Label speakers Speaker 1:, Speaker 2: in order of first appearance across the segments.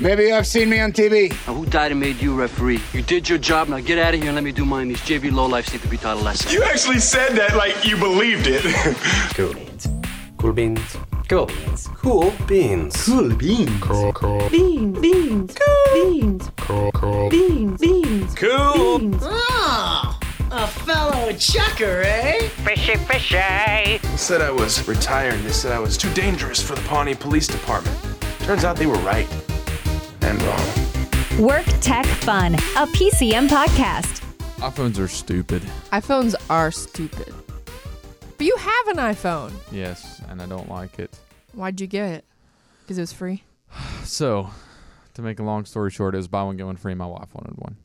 Speaker 1: Maybe you have seen me on TV.
Speaker 2: Now, who died and made you referee? You did your job. Now get out of here and let me do mine. These JV lowlifes need to be taught a lesson.
Speaker 3: You actually said that like you believed it.
Speaker 4: Cool beans. Cool beans. Cool beans. Cool beans. Cool beans. Cool cool
Speaker 5: beans. Beans. Cool beans. Cool cool beans. Beans.
Speaker 4: Cool
Speaker 5: beans.
Speaker 6: Ah, a fellow checker, eh?
Speaker 7: Fishy, fishy.
Speaker 8: They said I was retired. They said I was too dangerous for the Pawnee Police Department. Turns out they were right and wrong.
Speaker 9: Work Tech Fun, a PCM podcast.
Speaker 10: iPhones are stupid.
Speaker 11: iPhones are stupid. But you have an iPhone.
Speaker 10: Yes, and I don't like it.
Speaker 11: Why'd you get it? Because it was free.
Speaker 10: So, to make a long story short, it was buy one get one free. My wife wanted one,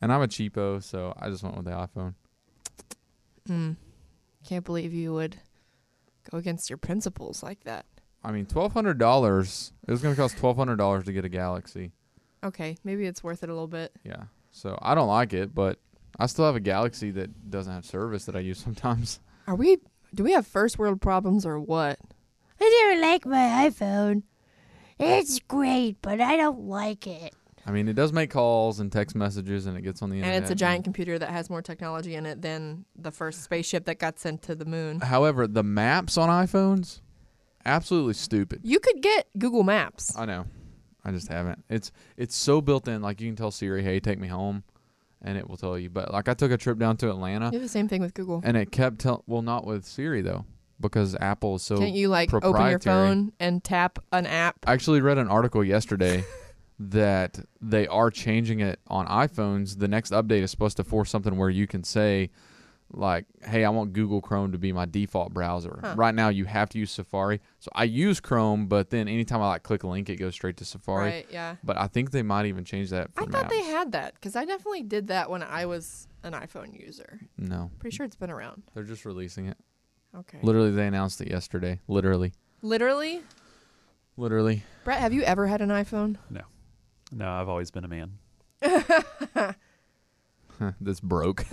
Speaker 10: and I'm a cheapo, so I just went with the iPhone.
Speaker 11: Mm. Can't believe you would go against your principles like that.
Speaker 10: I mean, twelve hundred dollars. It was going to cost twelve hundred dollars to get a Galaxy.
Speaker 11: Okay, maybe it's worth it a little bit.
Speaker 10: Yeah. So I don't like it, but I still have a Galaxy that doesn't have service that I use sometimes.
Speaker 11: Are we? Do we have first world problems or what?
Speaker 12: I don't like my iPhone. It's great, but I don't like it.
Speaker 10: I mean, it does make calls and text messages, and it gets on the internet.
Speaker 11: And it's a giant computer that has more technology in it than the first spaceship that got sent to the moon.
Speaker 10: However, the maps on iPhones absolutely stupid.
Speaker 11: You could get Google Maps.
Speaker 10: I know. I just haven't. It's it's so built in. Like you can tell Siri, "Hey, take me home," and it will tell you. But like I took a trip down to Atlanta.
Speaker 11: You the same thing with Google.
Speaker 10: And it kept telling. Well, not with Siri though, because Apple is so.
Speaker 11: Can't you like open your phone and tap an app?
Speaker 10: I actually read an article yesterday. that they are changing it on iPhones. The next update is supposed to force something where you can say, like, hey, I want Google Chrome to be my default browser. Huh. Right now, you have to use Safari. So I use Chrome, but then anytime I like click a link, it goes straight to Safari.
Speaker 11: Right. Yeah.
Speaker 10: But I think they might even change that.
Speaker 11: I thought apps. they had that because I definitely did that when I was an iPhone user.
Speaker 10: No.
Speaker 11: Pretty sure it's been around.
Speaker 10: They're just releasing it.
Speaker 11: Okay.
Speaker 10: Literally, they announced it yesterday. Literally.
Speaker 11: Literally.
Speaker 10: Literally.
Speaker 11: Brett, have you ever had an iPhone?
Speaker 13: No. No, I've always been a man.
Speaker 10: this broke.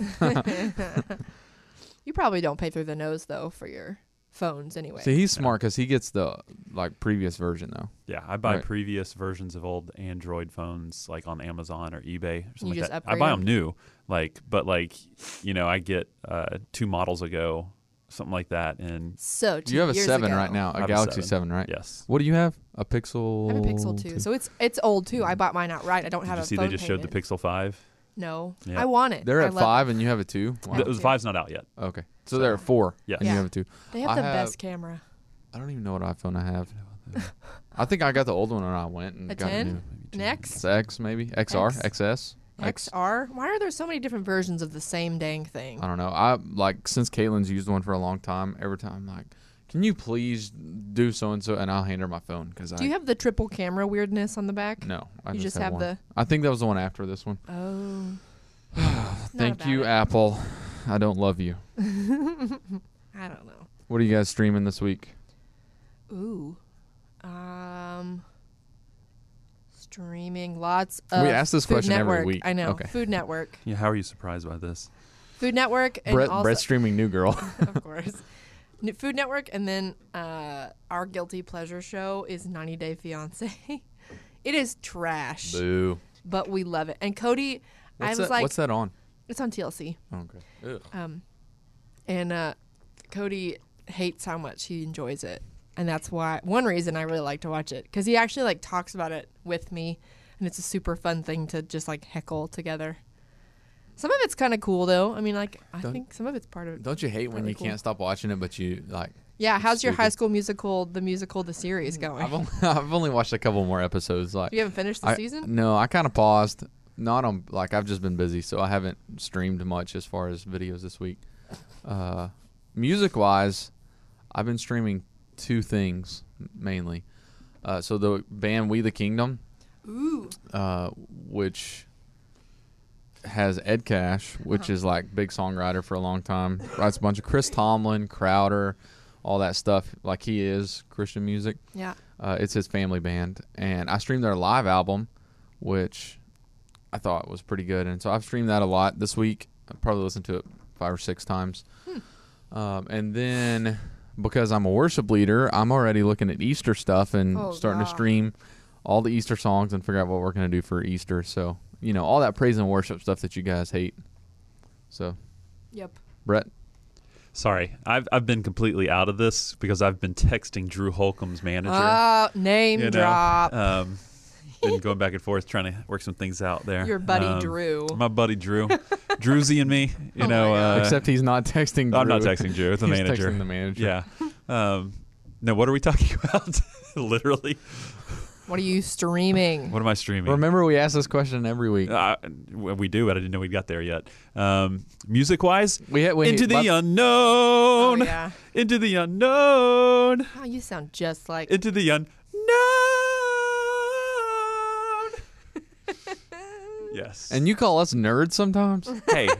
Speaker 11: you probably don't pay through the nose though for your phones anyway.
Speaker 10: See, he's smart because he gets the like previous version though.
Speaker 13: Yeah, I buy right. previous versions of old Android phones like on Amazon or eBay or something
Speaker 11: you
Speaker 13: like that.
Speaker 11: I
Speaker 13: buy them new, like, but like, you know, I get uh, two models ago, something like that, and
Speaker 11: so
Speaker 10: you have a seven
Speaker 11: ago.
Speaker 10: right now, a Galaxy a seven. seven. right?
Speaker 13: Yes.
Speaker 10: What do you have? A Pixel.
Speaker 11: I have a Pixel two, two. so it's it's old too. I bought mine outright. I don't
Speaker 13: Did
Speaker 11: have.
Speaker 13: You
Speaker 11: a
Speaker 13: see,
Speaker 11: phone
Speaker 13: they just showed
Speaker 11: payment.
Speaker 13: the Pixel five.
Speaker 11: No, yeah. I want it.
Speaker 10: They're
Speaker 11: I
Speaker 10: at five, it. and you have a two.
Speaker 13: Wow. The, five's not out yet.
Speaker 10: Okay, so, so they're at four.
Speaker 13: Yeah,
Speaker 10: and
Speaker 13: yeah.
Speaker 10: you have a two.
Speaker 11: They have
Speaker 10: I
Speaker 11: the
Speaker 10: have,
Speaker 11: best camera.
Speaker 10: I don't even know what iPhone I have. I think I got the old one when I went and
Speaker 11: a
Speaker 10: got
Speaker 11: 10?
Speaker 10: new.
Speaker 11: Next,
Speaker 10: It's X maybe XR
Speaker 11: X.
Speaker 10: XS. X.
Speaker 11: XR. Why are there so many different versions of the same dang thing?
Speaker 10: I don't know. I like since Caitlin's used one for a long time. Every time, I'm like, can you please do so and so, and I'll hand her my phone because I.
Speaker 11: Do you have the triple camera weirdness on the back?
Speaker 10: No, I
Speaker 11: you just,
Speaker 10: have,
Speaker 11: have
Speaker 10: one.
Speaker 11: the.
Speaker 10: I think that was the one after this one.
Speaker 11: Oh.
Speaker 10: Thank
Speaker 11: about
Speaker 10: you,
Speaker 11: it.
Speaker 10: Apple. I don't love you.
Speaker 11: I don't know.
Speaker 10: What are you guys streaming this week?
Speaker 11: Ooh. Um. Streaming lots of.
Speaker 10: We ask this
Speaker 11: Food
Speaker 10: question every
Speaker 11: Network.
Speaker 10: week.
Speaker 11: I know.
Speaker 10: Okay.
Speaker 11: Food Network.
Speaker 13: Yeah, how are you surprised by this?
Speaker 11: Food Network and
Speaker 10: Brett,
Speaker 11: also
Speaker 10: Brett's streaming New Girl.
Speaker 11: of course. N- Food Network, and then uh, our guilty pleasure show is 90 Day Fiance. it is trash,
Speaker 10: Boo.
Speaker 11: but we love it. And Cody, I
Speaker 10: What's
Speaker 11: was
Speaker 10: that,
Speaker 11: like,
Speaker 10: what's that on? Oh,
Speaker 11: it's on TLC,
Speaker 10: Okay. Ugh.
Speaker 11: um, and uh, Cody hates how much he enjoys it, and that's why one reason I really like to watch it because he actually like talks about it with me, and it's a super fun thing to just like heckle together. Some of it's kind of cool though. I mean, like I
Speaker 10: Don't-
Speaker 11: think some of it's part of.
Speaker 10: Don't you hate when
Speaker 11: Really
Speaker 10: you
Speaker 11: cool.
Speaker 10: can't stop watching it, but you like?
Speaker 11: Yeah, how's your High
Speaker 10: stupid. Mm-hmm.
Speaker 11: School Musical, the musical, the series going?
Speaker 10: I've only, I've only watched a couple more episodes. Like
Speaker 11: you haven't finished the
Speaker 10: I-
Speaker 11: season?
Speaker 10: No, I kind of paused. Not on like I've just been busy, so I haven't streamed much as far as videos this week. Uh, music wise, I've been streaming two things mainly. Uh, so the band We the Kingdom,
Speaker 11: Ooh,
Speaker 10: uh, which has Ed Cash, which
Speaker 11: Uh-huh.
Speaker 10: is like big songwriter for a long time. Writes a bunch of Chris Tomlin, Crowder, all that stuff. Like he is Christian music.
Speaker 11: yeah.
Speaker 10: Uh, it's his family band, and I streamed their live album, which I thought was pretty good. And so I've streamed that a lot this week. I probably listened to it five or six times. Um, and then because I'm a worship leader, I'm already looking at Easter stuff and
Speaker 11: Oh,
Speaker 10: starting
Speaker 11: God.
Speaker 10: to stream all the Easter songs and figure out what we're gonna do for Easter. So you know all that praise and worship stuff that you guys hate. So
Speaker 11: Yep.
Speaker 10: Brett,
Speaker 13: Sorry, I've I've been completely out of this because I've been texting Drew Holcomb's manager.
Speaker 11: Oh, name
Speaker 13: you know,
Speaker 11: drop.
Speaker 13: Um, been going back and forth trying to work some things out there.
Speaker 11: Your buddy
Speaker 13: Um,
Speaker 11: Drew. Oh
Speaker 13: My buddy Drew, Druzy and me. You know, uh,
Speaker 10: except he's not texting.
Speaker 13: I'm not
Speaker 10: Drew.
Speaker 13: texting Drew. It's the
Speaker 10: He's
Speaker 13: manager.
Speaker 10: texting the manager.
Speaker 13: Yeah. Um, no, what are we talking about? Literally,
Speaker 11: What are you streaming?
Speaker 13: what am I streaming?
Speaker 10: Remember we ask this question every week.
Speaker 13: Uh, we do, but I didn't know we got there yet. Um, music wise,
Speaker 10: we hit
Speaker 11: we-
Speaker 13: into the
Speaker 11: but-
Speaker 13: unknown.
Speaker 11: Oh, yeah.
Speaker 13: Into the unknown.
Speaker 11: Oh, you sound just like
Speaker 13: Into the unknown. yes.
Speaker 10: And you call us nerds sometimes.
Speaker 13: hey, I-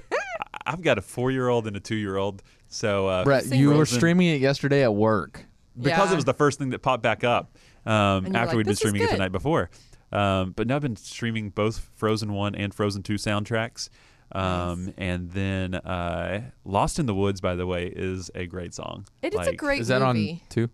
Speaker 13: I've got a four-year-old and a two-year-old, so uh,
Speaker 10: Brett, you were
Speaker 13: Frozen-
Speaker 10: streaming it yesterday at work.
Speaker 13: because
Speaker 10: Yeah.
Speaker 13: it was the first thing that popped back up um,
Speaker 10: And
Speaker 13: after
Speaker 10: you're like,
Speaker 13: we'd been
Speaker 10: "This is
Speaker 13: streaming it the
Speaker 10: good."
Speaker 13: night before. Um, but now I've been streaming both Frozen One and Frozen Two soundtracks, um, and then uh, Lost in the Woods. By the way, is a great song.
Speaker 11: It is a great Is that on movie.
Speaker 10: two?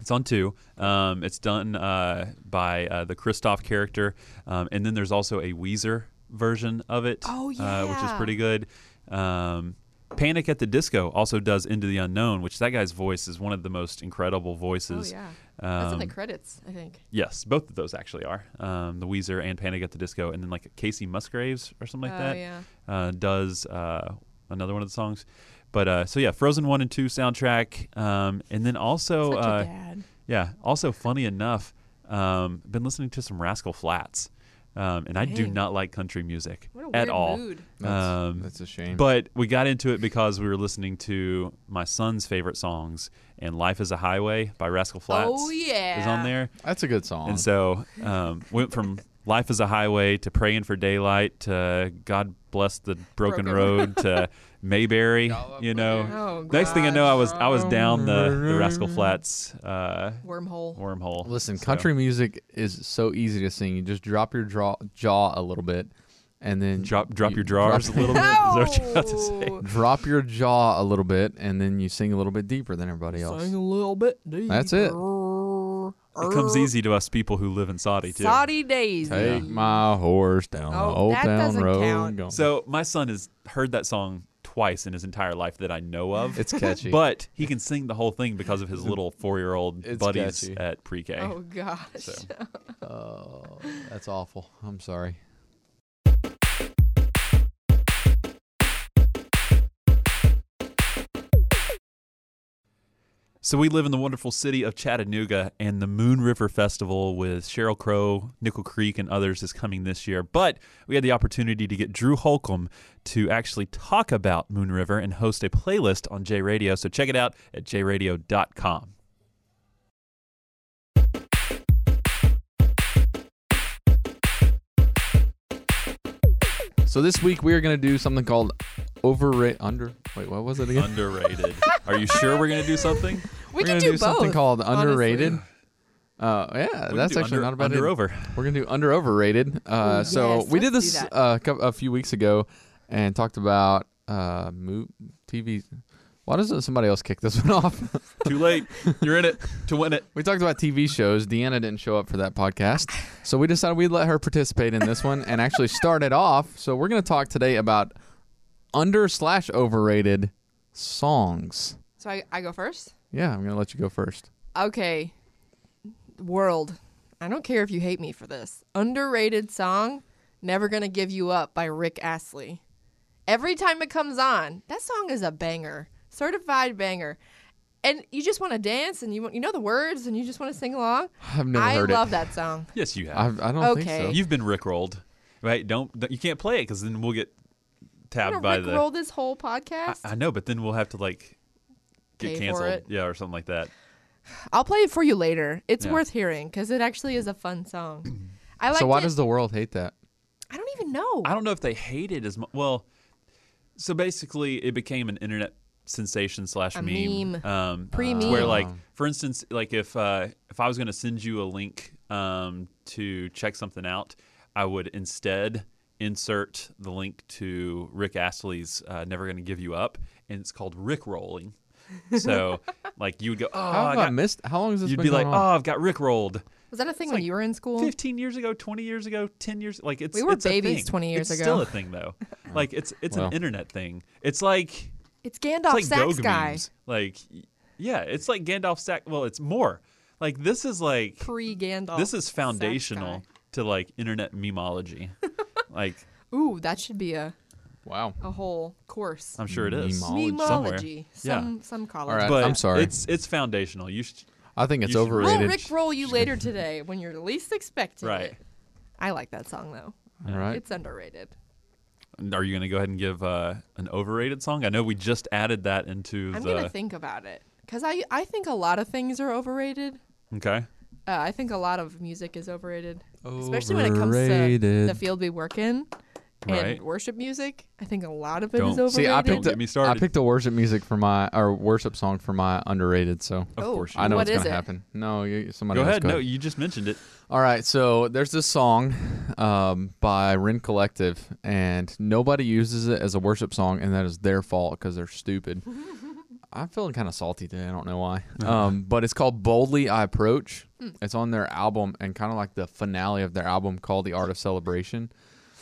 Speaker 13: It's on two. Um, it's done uh, by uh, the Kristoff character, um, and then there's also a Weezer version of it,
Speaker 11: Oh,
Speaker 13: uh, which is
Speaker 11: yeah.
Speaker 13: pretty good. Um, Panic at the Disco also does Into the Unknown, which that guy's voice is one of the most incredible
Speaker 11: Oh
Speaker 13: voices.
Speaker 11: yeah. That's in the
Speaker 13: Um,
Speaker 11: credits, I think.
Speaker 13: Yes, both of those actually are. Um, the Weezer and Panic at the Disco, and then like Casey Musgraves or something like
Speaker 11: Oh,
Speaker 13: that
Speaker 11: yeah.
Speaker 13: uh, does uh, another one of the songs. But uh, so yeah, Frozen one and two soundtrack, um, and then
Speaker 10: Oh,
Speaker 13: also
Speaker 11: Such a
Speaker 13: uh,
Speaker 11: dad.
Speaker 13: yeah, also funny enough, um, been listening to some Rascal Flats, um, and I do
Speaker 11: Dang.
Speaker 13: not like country music
Speaker 11: What a
Speaker 13: at
Speaker 11: weird
Speaker 13: all.
Speaker 11: mood.
Speaker 10: That's- that's a shame.
Speaker 13: But we got into it because we were listening to my son's favorite songs, and "Life Is a Highway" by Rascal Flats.
Speaker 11: Oh,
Speaker 13: is
Speaker 11: yeah.
Speaker 13: on there.
Speaker 10: That's a good song.
Speaker 13: And so um, went from "Life Is a Highway" to "Praying for Daylight" to "God Bless the Broken,
Speaker 11: Broken
Speaker 13: Road" to "Mayberry." You know,
Speaker 11: Oh,
Speaker 13: next thing I know, I was I was down the, the Rascal Flats uh,
Speaker 11: Wormhole.
Speaker 13: Wormhole.
Speaker 10: Listen,
Speaker 13: So-
Speaker 10: country music is so easy to sing. You just drop your draw, jaw a little bit, and then drop
Speaker 13: drop your drawers a little bit? Is that what you're about to say?
Speaker 10: Drop your jaw a little bit, and then you sing a little bit deeper than everybody else.
Speaker 11: Sing a little bit
Speaker 10: That's it.
Speaker 13: It comes easy to us people who live in Saudi too.
Speaker 11: Er? Saudi Daisy.
Speaker 10: Take my horse down
Speaker 11: Oh,
Speaker 10: the old
Speaker 11: that
Speaker 10: town
Speaker 11: doesn't
Speaker 10: road.
Speaker 11: count.
Speaker 10: Go-
Speaker 13: So my son has heard that song twice in his entire life that I know of.
Speaker 10: It's catchy.
Speaker 13: but he can sing the whole thing because of his little four-year-old
Speaker 10: It's
Speaker 13: buddies
Speaker 10: catchy.
Speaker 13: at pre-K.
Speaker 11: Oh gosh.
Speaker 10: Oh, that's awful. I'm sorry.
Speaker 13: So we live in the wonderful city of Chattanooga, and the Moon River Festival with Cheryl Crow, Nickel Creek, and others is coming this year. But we had the opportunity to get Drew Holcomb to actually talk about Moon River and host a playlist on J Radio. So check it out at jradio.com.
Speaker 10: So this week we are going to do something called overrate under. Wait, what was it again?
Speaker 13: Underrated. Are you sure we're going to do
Speaker 10: Uh,
Speaker 13: something?
Speaker 10: We are
Speaker 11: can
Speaker 10: gonna
Speaker 11: do
Speaker 10: do, something
Speaker 11: both,
Speaker 10: called
Speaker 11: honestly.
Speaker 10: underrated. Uh, yeah,
Speaker 13: can
Speaker 10: that's
Speaker 13: do
Speaker 10: actually
Speaker 13: under-
Speaker 10: not a bad.
Speaker 13: under
Speaker 10: idea.
Speaker 13: over.
Speaker 10: We're gonna do under overrated. Uh,
Speaker 13: Ooh,
Speaker 10: so
Speaker 13: yes,
Speaker 10: we did
Speaker 13: let's do
Speaker 10: this
Speaker 13: that.
Speaker 10: uh, cou- a few weeks ago and talked about uh, mo- TV. Why doesn't somebody else kick this one off?
Speaker 13: Too late. You're in it to win it.
Speaker 10: We talked about TV shows. Deanna didn't show up for that podcast, so we decided we'd let her participate in this one and actually start it off. So we're gonna talk today about under slash overrated songs.
Speaker 11: So I, I go first?
Speaker 10: Yeah, I'm gonna let you go first.
Speaker 11: Okay. World. I don't care if you hate me for this. Underrated song, Never Gonna Give You Up by Rick Astley. Every time it comes on, that song is a banger. Certified banger. And you just want to dance and you want, you know the words and you just want to sing along.
Speaker 10: I've never
Speaker 11: I
Speaker 10: heard it.
Speaker 11: love that song.
Speaker 13: Yes, you have.
Speaker 10: I've- I don't think so. Okay.
Speaker 13: You've been rickrolled, right? Don't, don't- you can't play it because then we'll get
Speaker 11: I'm
Speaker 13: tabbed
Speaker 11: gonna
Speaker 13: by
Speaker 11: Rick
Speaker 13: the.
Speaker 11: roll this whole podcast.
Speaker 13: I, I know, but then we'll have to like get
Speaker 11: Pay for
Speaker 13: canceled,
Speaker 11: it.
Speaker 13: yeah, or something like that.
Speaker 11: I'll play it for you later. It's
Speaker 13: Yeah.
Speaker 11: worth hearing because it actually is a fun song. I like
Speaker 10: So why
Speaker 11: it.
Speaker 10: does the world hate that?
Speaker 11: I don't even know.
Speaker 13: I don't know if they hate it as much. Well, so basically, it became an internet sensation slash
Speaker 11: A
Speaker 13: meme,
Speaker 11: meme.
Speaker 13: Um,
Speaker 11: Pre-meme.
Speaker 13: where like,
Speaker 11: Oh.
Speaker 13: for instance, like if uh, if I was going to send you a link um, to check something out, I would instead insert the link to Rick Astley's uh, "Never Gonna Give You Up," and it's called Rick Rolling. So, like, you would go, "Oh,
Speaker 10: How have I
Speaker 13: got
Speaker 10: missed- how long has this
Speaker 13: You'd
Speaker 10: been
Speaker 13: be like,
Speaker 10: going
Speaker 13: "Oh,
Speaker 10: on?"
Speaker 13: I've got Rick rolled,"
Speaker 11: Was that a thing when you were in school?
Speaker 13: 15 years ago, 20 years ago, 10 years like it's
Speaker 11: We were
Speaker 13: it's a
Speaker 11: babies
Speaker 13: thing.
Speaker 11: 20 years
Speaker 13: It's
Speaker 11: ago.
Speaker 13: still a thing though. like it's it's
Speaker 10: Well.
Speaker 13: an internet thing. It's like
Speaker 11: It's Gandalf
Speaker 13: it's like
Speaker 11: Sax
Speaker 13: Goga
Speaker 11: guy.
Speaker 13: memes. Like y- yeah, it's like Gandalf Sack well, it's more. Like this is like
Speaker 11: Pre Gandalf.
Speaker 13: this is foundational to like internet memeology. like
Speaker 11: Ooh, that should be a
Speaker 13: "Oh,
Speaker 10: wow
Speaker 11: a whole course.
Speaker 13: I'm sure it is.
Speaker 11: Memeology.
Speaker 13: Somewhere.
Speaker 11: Some
Speaker 13: yeah.
Speaker 11: some college.
Speaker 10: All right,
Speaker 13: But
Speaker 10: I'm sorry.
Speaker 13: It's it's foundational. You should
Speaker 10: I think it's
Speaker 13: you should-
Speaker 11: We'll
Speaker 10: overrated.
Speaker 11: Rick roll you later today when you're least expecting
Speaker 13: Right.
Speaker 11: it. I like that song though.
Speaker 10: All right.
Speaker 11: It's underrated.
Speaker 13: Are you going to go ahead and give uh, an overrated song? I know we just added that into
Speaker 11: I'm
Speaker 13: the
Speaker 11: gonna think about it because I I think a lot of things are overrated.
Speaker 13: Okay.
Speaker 11: Uh, I think a lot of music is overrated, especially when it comes to the
Speaker 10: Overrated.
Speaker 11: field we work in and
Speaker 10: Right.
Speaker 11: worship music. I think a lot of it is overrated.
Speaker 10: See, I picked, a, I picked a worship music for my or worship song for my underrated. So
Speaker 13: Of
Speaker 11: Oh, course you
Speaker 10: I know
Speaker 11: did.
Speaker 10: it's
Speaker 11: What is
Speaker 10: gonna
Speaker 11: it?
Speaker 10: happen. No, you, somebody
Speaker 13: Go
Speaker 10: else,
Speaker 13: ahead. No, you just mentioned it.
Speaker 10: All right, so there's this song um, by Ren Collective, and nobody uses it as a worship song, and that is their fault because they're stupid. I'm feeling kind of salty today. I don't know why. Um, but it's called Boldly I Approach.
Speaker 14: Mm.
Speaker 10: It's on their album and kind of like the finale of their album called The Art of Celebration.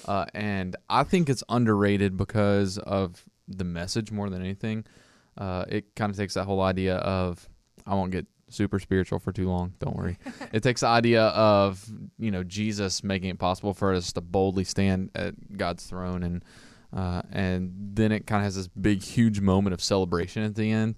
Speaker 10: Uh, and I think it's underrated because of the message more than anything. Uh, it kind of takes that whole idea of, I won't get super spiritual for too long. Don't worry. it takes the idea of, you know, Jesus making it possible for us to boldly stand at God's throne and uh, and then it kind of has this big, huge moment of celebration at the end,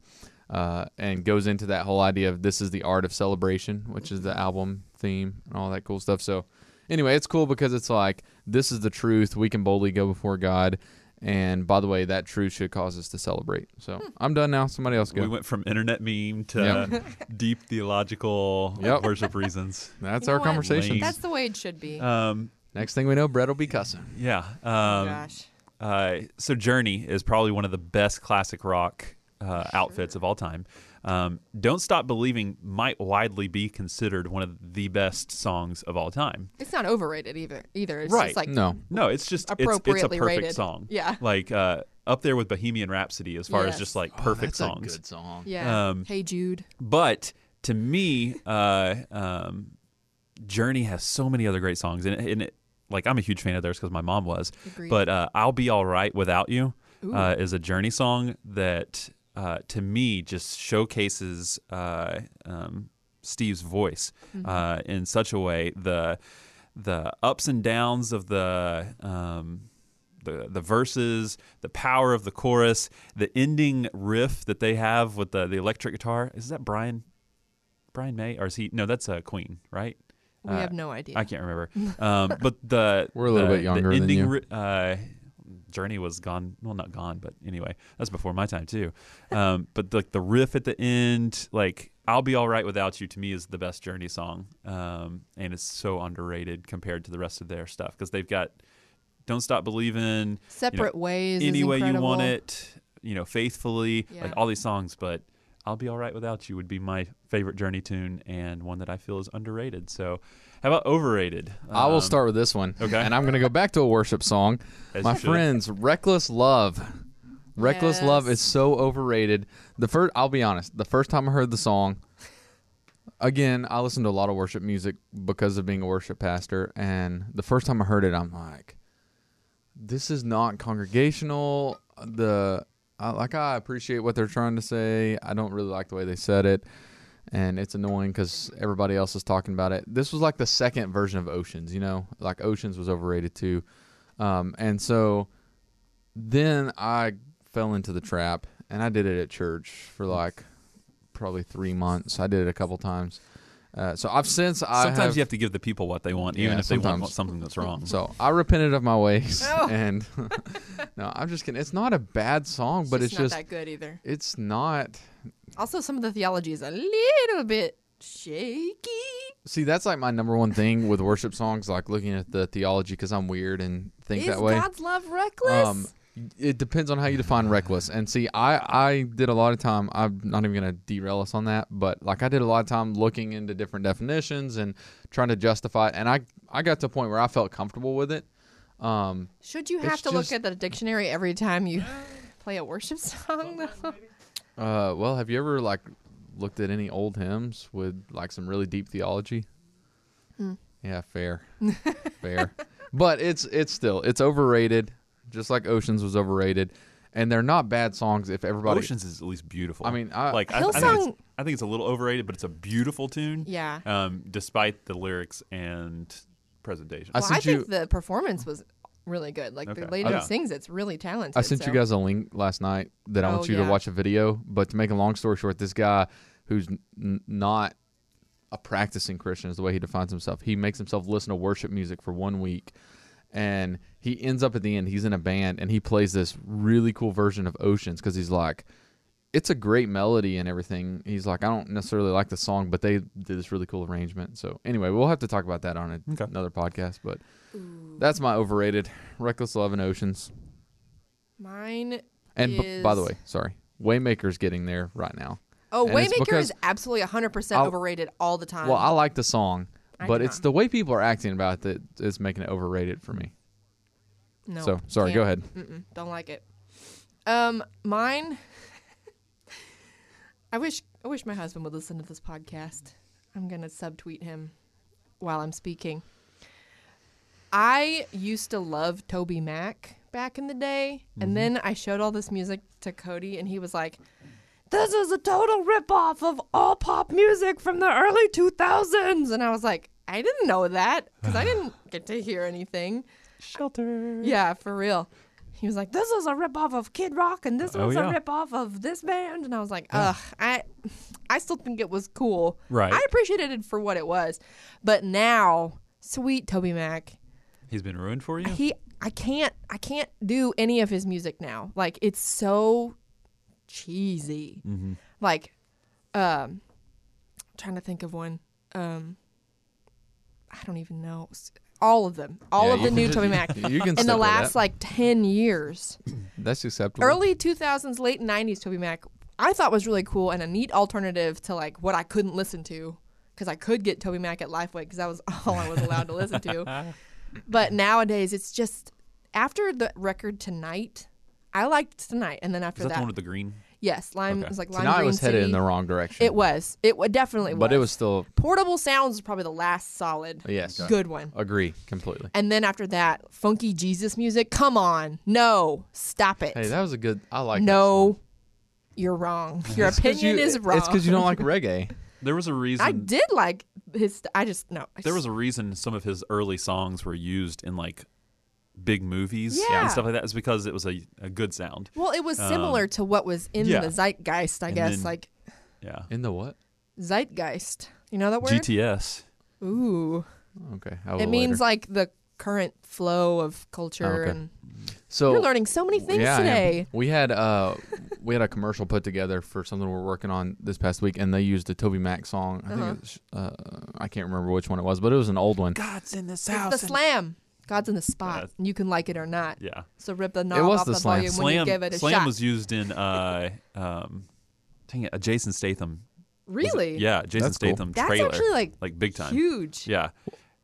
Speaker 10: uh, and goes into that whole idea of this is the art of celebration, which
Speaker 11: Mm-hmm.
Speaker 10: is the album theme and all that cool stuff. So, anyway, it's cool because it's like this is the truth. We can boldly go before God, and by the way, that truth should cause us to celebrate. So
Speaker 11: Hmm.
Speaker 10: I'm done now. Somebody else go.
Speaker 13: We went from internet meme to
Speaker 10: Yep.
Speaker 13: deep theological
Speaker 10: Yep.
Speaker 13: worship reasons.
Speaker 11: You
Speaker 10: That's
Speaker 11: know
Speaker 10: our
Speaker 11: what?
Speaker 10: conversation.
Speaker 11: That's the way it should be.
Speaker 13: Um,
Speaker 10: Next thing we know, Brett will be cussing.
Speaker 13: Yeah. Um,
Speaker 11: Oh, gosh.
Speaker 13: Uh, so Journey is probably one of the best classic rock uh, outfits of all time. Um, Don't Stop Believing might widely be considered one of the best songs of all time.
Speaker 11: It's not overrated either. Either it's
Speaker 13: right.
Speaker 11: just like
Speaker 13: no, it's just it's, it's a
Speaker 11: appropriately
Speaker 13: perfect
Speaker 11: rated.
Speaker 13: song.
Speaker 11: Yeah.
Speaker 13: Like uh, up there with Bohemian Rhapsody as far as
Speaker 11: Yes.
Speaker 13: just like
Speaker 10: Oh,
Speaker 13: perfect
Speaker 10: that's a
Speaker 13: songs.
Speaker 10: good song.
Speaker 11: Yeah.
Speaker 10: Um,
Speaker 11: Hey Jude.
Speaker 13: But to me, uh, um, Journey has so many other great songs, and, and it, like I'm a huge fan of theirs because my mom was.
Speaker 11: Agreed.
Speaker 13: But uh, "I'll Be All Right Without You"
Speaker 11: Ooh.
Speaker 13: uh, is a Journey song that, uh, to me, just showcases uh, um, Steve's voice
Speaker 15: Mhm.
Speaker 11: Mm-hmm.
Speaker 13: uh, in such a way the the ups and downs of the um, the the verses, the power of the chorus, the ending riff that they have with the the electric guitar. Is that Brian Brian May or is he? No, that's uh, Queen, right?
Speaker 11: We
Speaker 10: uh,
Speaker 11: have no idea.
Speaker 13: I can't remember. Um, but the
Speaker 10: We're a little
Speaker 13: the-
Speaker 10: bit younger
Speaker 13: The
Speaker 10: than
Speaker 13: ending
Speaker 10: you.
Speaker 13: ri- uh, Journey was gone. Well, not gone, but anyway, that's before my time too. Um, but like the, riff at the end, like "I'll Be All Right Without You" to me is the best Journey song, um, and it's so underrated compared to the rest of their stuff because they've got "Don't Stop Believing,"
Speaker 11: Separate Ways is
Speaker 13: any way you want
Speaker 11: incredible.
Speaker 13: it, you know, faithfully,
Speaker 11: Yeah.
Speaker 13: like all these songs. But "I'll Be All Right Without You" would be my favorite Journey tune and one that I feel is underrated. So, how about overrated?
Speaker 10: I will
Speaker 13: Um,
Speaker 10: start with this one.
Speaker 13: okay.
Speaker 10: And I'm going to go back to a worship song.
Speaker 13: As
Speaker 10: My
Speaker 13: you should.
Speaker 10: friends, Reckless Love. Reckless Love
Speaker 13: Yes.
Speaker 10: is so overrated. The first I'll be honest, the first time I heard the song again, I listened to a lot of worship music because of being a worship pastor and the first time I heard it I'm like this is not congregational. The I, like I appreciate what they're trying to say. I don't really like the way they said it, and it's annoying because everybody else is talking about it. This was like the second version of Oceans, you know, like Oceans was overrated too, um, and so then I fell into the trap, and I did it at church for like probably three months. I did it a couple times. Uh, so I've since I
Speaker 13: Sometimes you have to give the people what they want, even if they want something that's wrong.
Speaker 10: So I repented of my ways, and no, I'm just kidding. It's not a bad song, but
Speaker 11: just
Speaker 10: it's
Speaker 11: not
Speaker 10: just
Speaker 11: that good either.
Speaker 10: It's not.
Speaker 11: Also, some of the theology is a little bit shaky.
Speaker 10: See, that's like my number one thing with worship songs, like looking at the theology, because I'm weird and think
Speaker 11: is
Speaker 10: that way.
Speaker 11: God's love reckless?
Speaker 10: Um, it depends on how you define reckless. And see, I I did a lot of time. I'm not even gonna derail us on that, but like I did a lot of time looking into different definitions and trying to justify it. And I I got to a point where I felt comfortable with it. Um,
Speaker 11: Should you
Speaker 10: it's
Speaker 11: have to
Speaker 10: just-
Speaker 11: look at the dictionary every time you play a worship song? Though?
Speaker 10: Uh, well, have you ever like looked at any old hymns with like some really deep theology?
Speaker 11: Mm.
Speaker 10: Yeah, fair, fair. But it's it's still it's overrated, just like Oceans was overrated, and they're not bad songs if everybody.
Speaker 13: Oceans is at least beautiful.
Speaker 10: I mean, I-
Speaker 13: like I, I think
Speaker 11: Hillsong-
Speaker 13: it's, I think it's a little overrated, but it's a beautiful tune.
Speaker 11: Yeah.
Speaker 13: Um, despite the lyrics and presentation.
Speaker 11: well, I think the performance was really good. Like
Speaker 13: Okay.
Speaker 11: the lady
Speaker 10: Yeah.
Speaker 11: who sings, it's really talented.
Speaker 10: I sent
Speaker 11: so-
Speaker 10: you guys a link last night that I
Speaker 11: Oh,
Speaker 10: want you
Speaker 11: yeah.
Speaker 10: to watch a video. But to make a long story short, this guy who's n- not a practicing Christian is the way he defines himself. He makes himself listen to worship music for one week, and he ends up at the end. He's in a band and he plays this really cool version of Oceans because he's like, it's a great melody and everything. He's like, I don't necessarily like the song, but they did this really cool arrangement. So anyway, we'll have to talk about that on a, another podcast. But that's my overrated Reckless Love and Oceans.
Speaker 11: Mine
Speaker 10: And b- by the
Speaker 11: is-
Speaker 10: way, sorry, Waymaker's getting there right now.
Speaker 11: Oh,
Speaker 10: And it's
Speaker 11: Waymaker
Speaker 10: because-
Speaker 11: is absolutely 100%
Speaker 10: I'll-
Speaker 11: overrated all the time.
Speaker 10: Well, I like the song,
Speaker 11: I
Speaker 10: but
Speaker 11: do
Speaker 10: it's the way people are acting about it that is making it overrated for me.
Speaker 11: No,
Speaker 10: So sorry, go ahead.
Speaker 11: can't. Mm-mm, don't like it. Um, mine. I wish I wish my husband would listen to this podcast. I'm gonna subtweet him while I'm speaking. I used to love Toby Mac back in the day,
Speaker 13: Mm-hmm.
Speaker 11: and then I showed all this music to Cody, and he was like, "This is a total ripoff of all pop music from the early 2000s," and I was like, "I didn't know that because I didn't get to hear anything."
Speaker 13: Shelter.
Speaker 11: Yeah, for real. He was like, "This is a ripoff of Kid Rock, and this
Speaker 13: Oh,
Speaker 11: was
Speaker 13: yeah.
Speaker 11: a ripoff of this band," and I was like, "Ugh, I, I still think it was cool.
Speaker 13: Right.
Speaker 11: I appreciated it for what it was, but now, sweet Toby Mac,
Speaker 13: He's been ruined for you.
Speaker 11: he, I can't, I can't do any of his music now. Like it's so cheesy.
Speaker 10: Mm-hmm.
Speaker 13: Mhm.
Speaker 11: Like, um, trying to think of one. Um, I don't even know. S- All of them, all
Speaker 10: Yeah,
Speaker 11: of
Speaker 10: you
Speaker 11: the
Speaker 10: can
Speaker 11: new
Speaker 10: just-
Speaker 11: Toby Mac
Speaker 10: you can
Speaker 11: in
Speaker 10: stick
Speaker 11: the
Speaker 10: with
Speaker 11: last
Speaker 10: that.
Speaker 11: like ten years,
Speaker 10: That's acceptable.
Speaker 11: early two thousands, late nineties Toby Mac, I thought was really cool and a neat alternative to like what I couldn't listen to because I could get Toby Mac at Lifeway because that was all I was allowed to listen to. But nowadays, it's just after the record tonight, I liked tonight, and then after
Speaker 13: Is that the one with the green?
Speaker 11: Yes, lime
Speaker 13: Okay.
Speaker 11: it was like lime
Speaker 10: Tonight
Speaker 11: green
Speaker 10: was headed
Speaker 11: City.
Speaker 10: in the wrong direction.
Speaker 11: It was. It wa- definitely was.
Speaker 10: but it was still
Speaker 11: Portable Sounds was probably the last solid,
Speaker 10: yes,
Speaker 11: good one.
Speaker 10: Agree completely.
Speaker 11: And then after that, funky Jesus music. Come on, no, stop it.
Speaker 10: Hey, that was a good. I like.
Speaker 11: no, you're wrong. Your
Speaker 10: It's 'cause
Speaker 11: opinion
Speaker 10: you-
Speaker 11: is wrong.
Speaker 10: It's because you don't like reggae.
Speaker 13: There was a reason.
Speaker 11: I did like his. st- I just no. I
Speaker 13: There
Speaker 11: just-
Speaker 13: was a reason some of his early songs were used in like big movies
Speaker 11: Yeah.
Speaker 13: and stuff like that. Is because it was a, a good sound.
Speaker 11: well, it was
Speaker 13: Um,
Speaker 11: similar to what was in
Speaker 13: yeah.
Speaker 11: the zeitgeist, I
Speaker 13: And
Speaker 11: guess.
Speaker 13: then-
Speaker 11: like
Speaker 13: Yeah.
Speaker 10: In the what?
Speaker 11: zeitgeist. You know that word?
Speaker 13: GTS.
Speaker 11: Ooh.
Speaker 10: Okay.
Speaker 11: It means like the current flow of culture
Speaker 13: Oh,
Speaker 10: okay.
Speaker 11: and
Speaker 10: So
Speaker 11: you're learning so many things
Speaker 10: Yeah, I am.
Speaker 11: today.
Speaker 10: We had uh we had a commercial put together for something we're working on this past week, and they used a Toby Mac song. I
Speaker 11: Uh-huh.
Speaker 10: think it's, uh, I can't remember which one it was, but it was an old one.
Speaker 13: God's in this
Speaker 11: It's the slam. God's in the spot. and you can like it or not.
Speaker 13: Yeah.
Speaker 11: So rip the knob
Speaker 10: was
Speaker 11: off
Speaker 10: the
Speaker 11: the,
Speaker 10: slam.
Speaker 11: volume when you
Speaker 13: Slam.
Speaker 11: give it a
Speaker 13: slam
Speaker 11: shot.
Speaker 13: was used in uh um, dang it, a Jason Statham. was it-
Speaker 11: Really?
Speaker 13: Yeah, Jason
Speaker 10: That's cool.
Speaker 13: Statham
Speaker 11: That's
Speaker 13: trailer.
Speaker 11: actually, like,
Speaker 13: big time.
Speaker 11: huge.
Speaker 13: Yeah.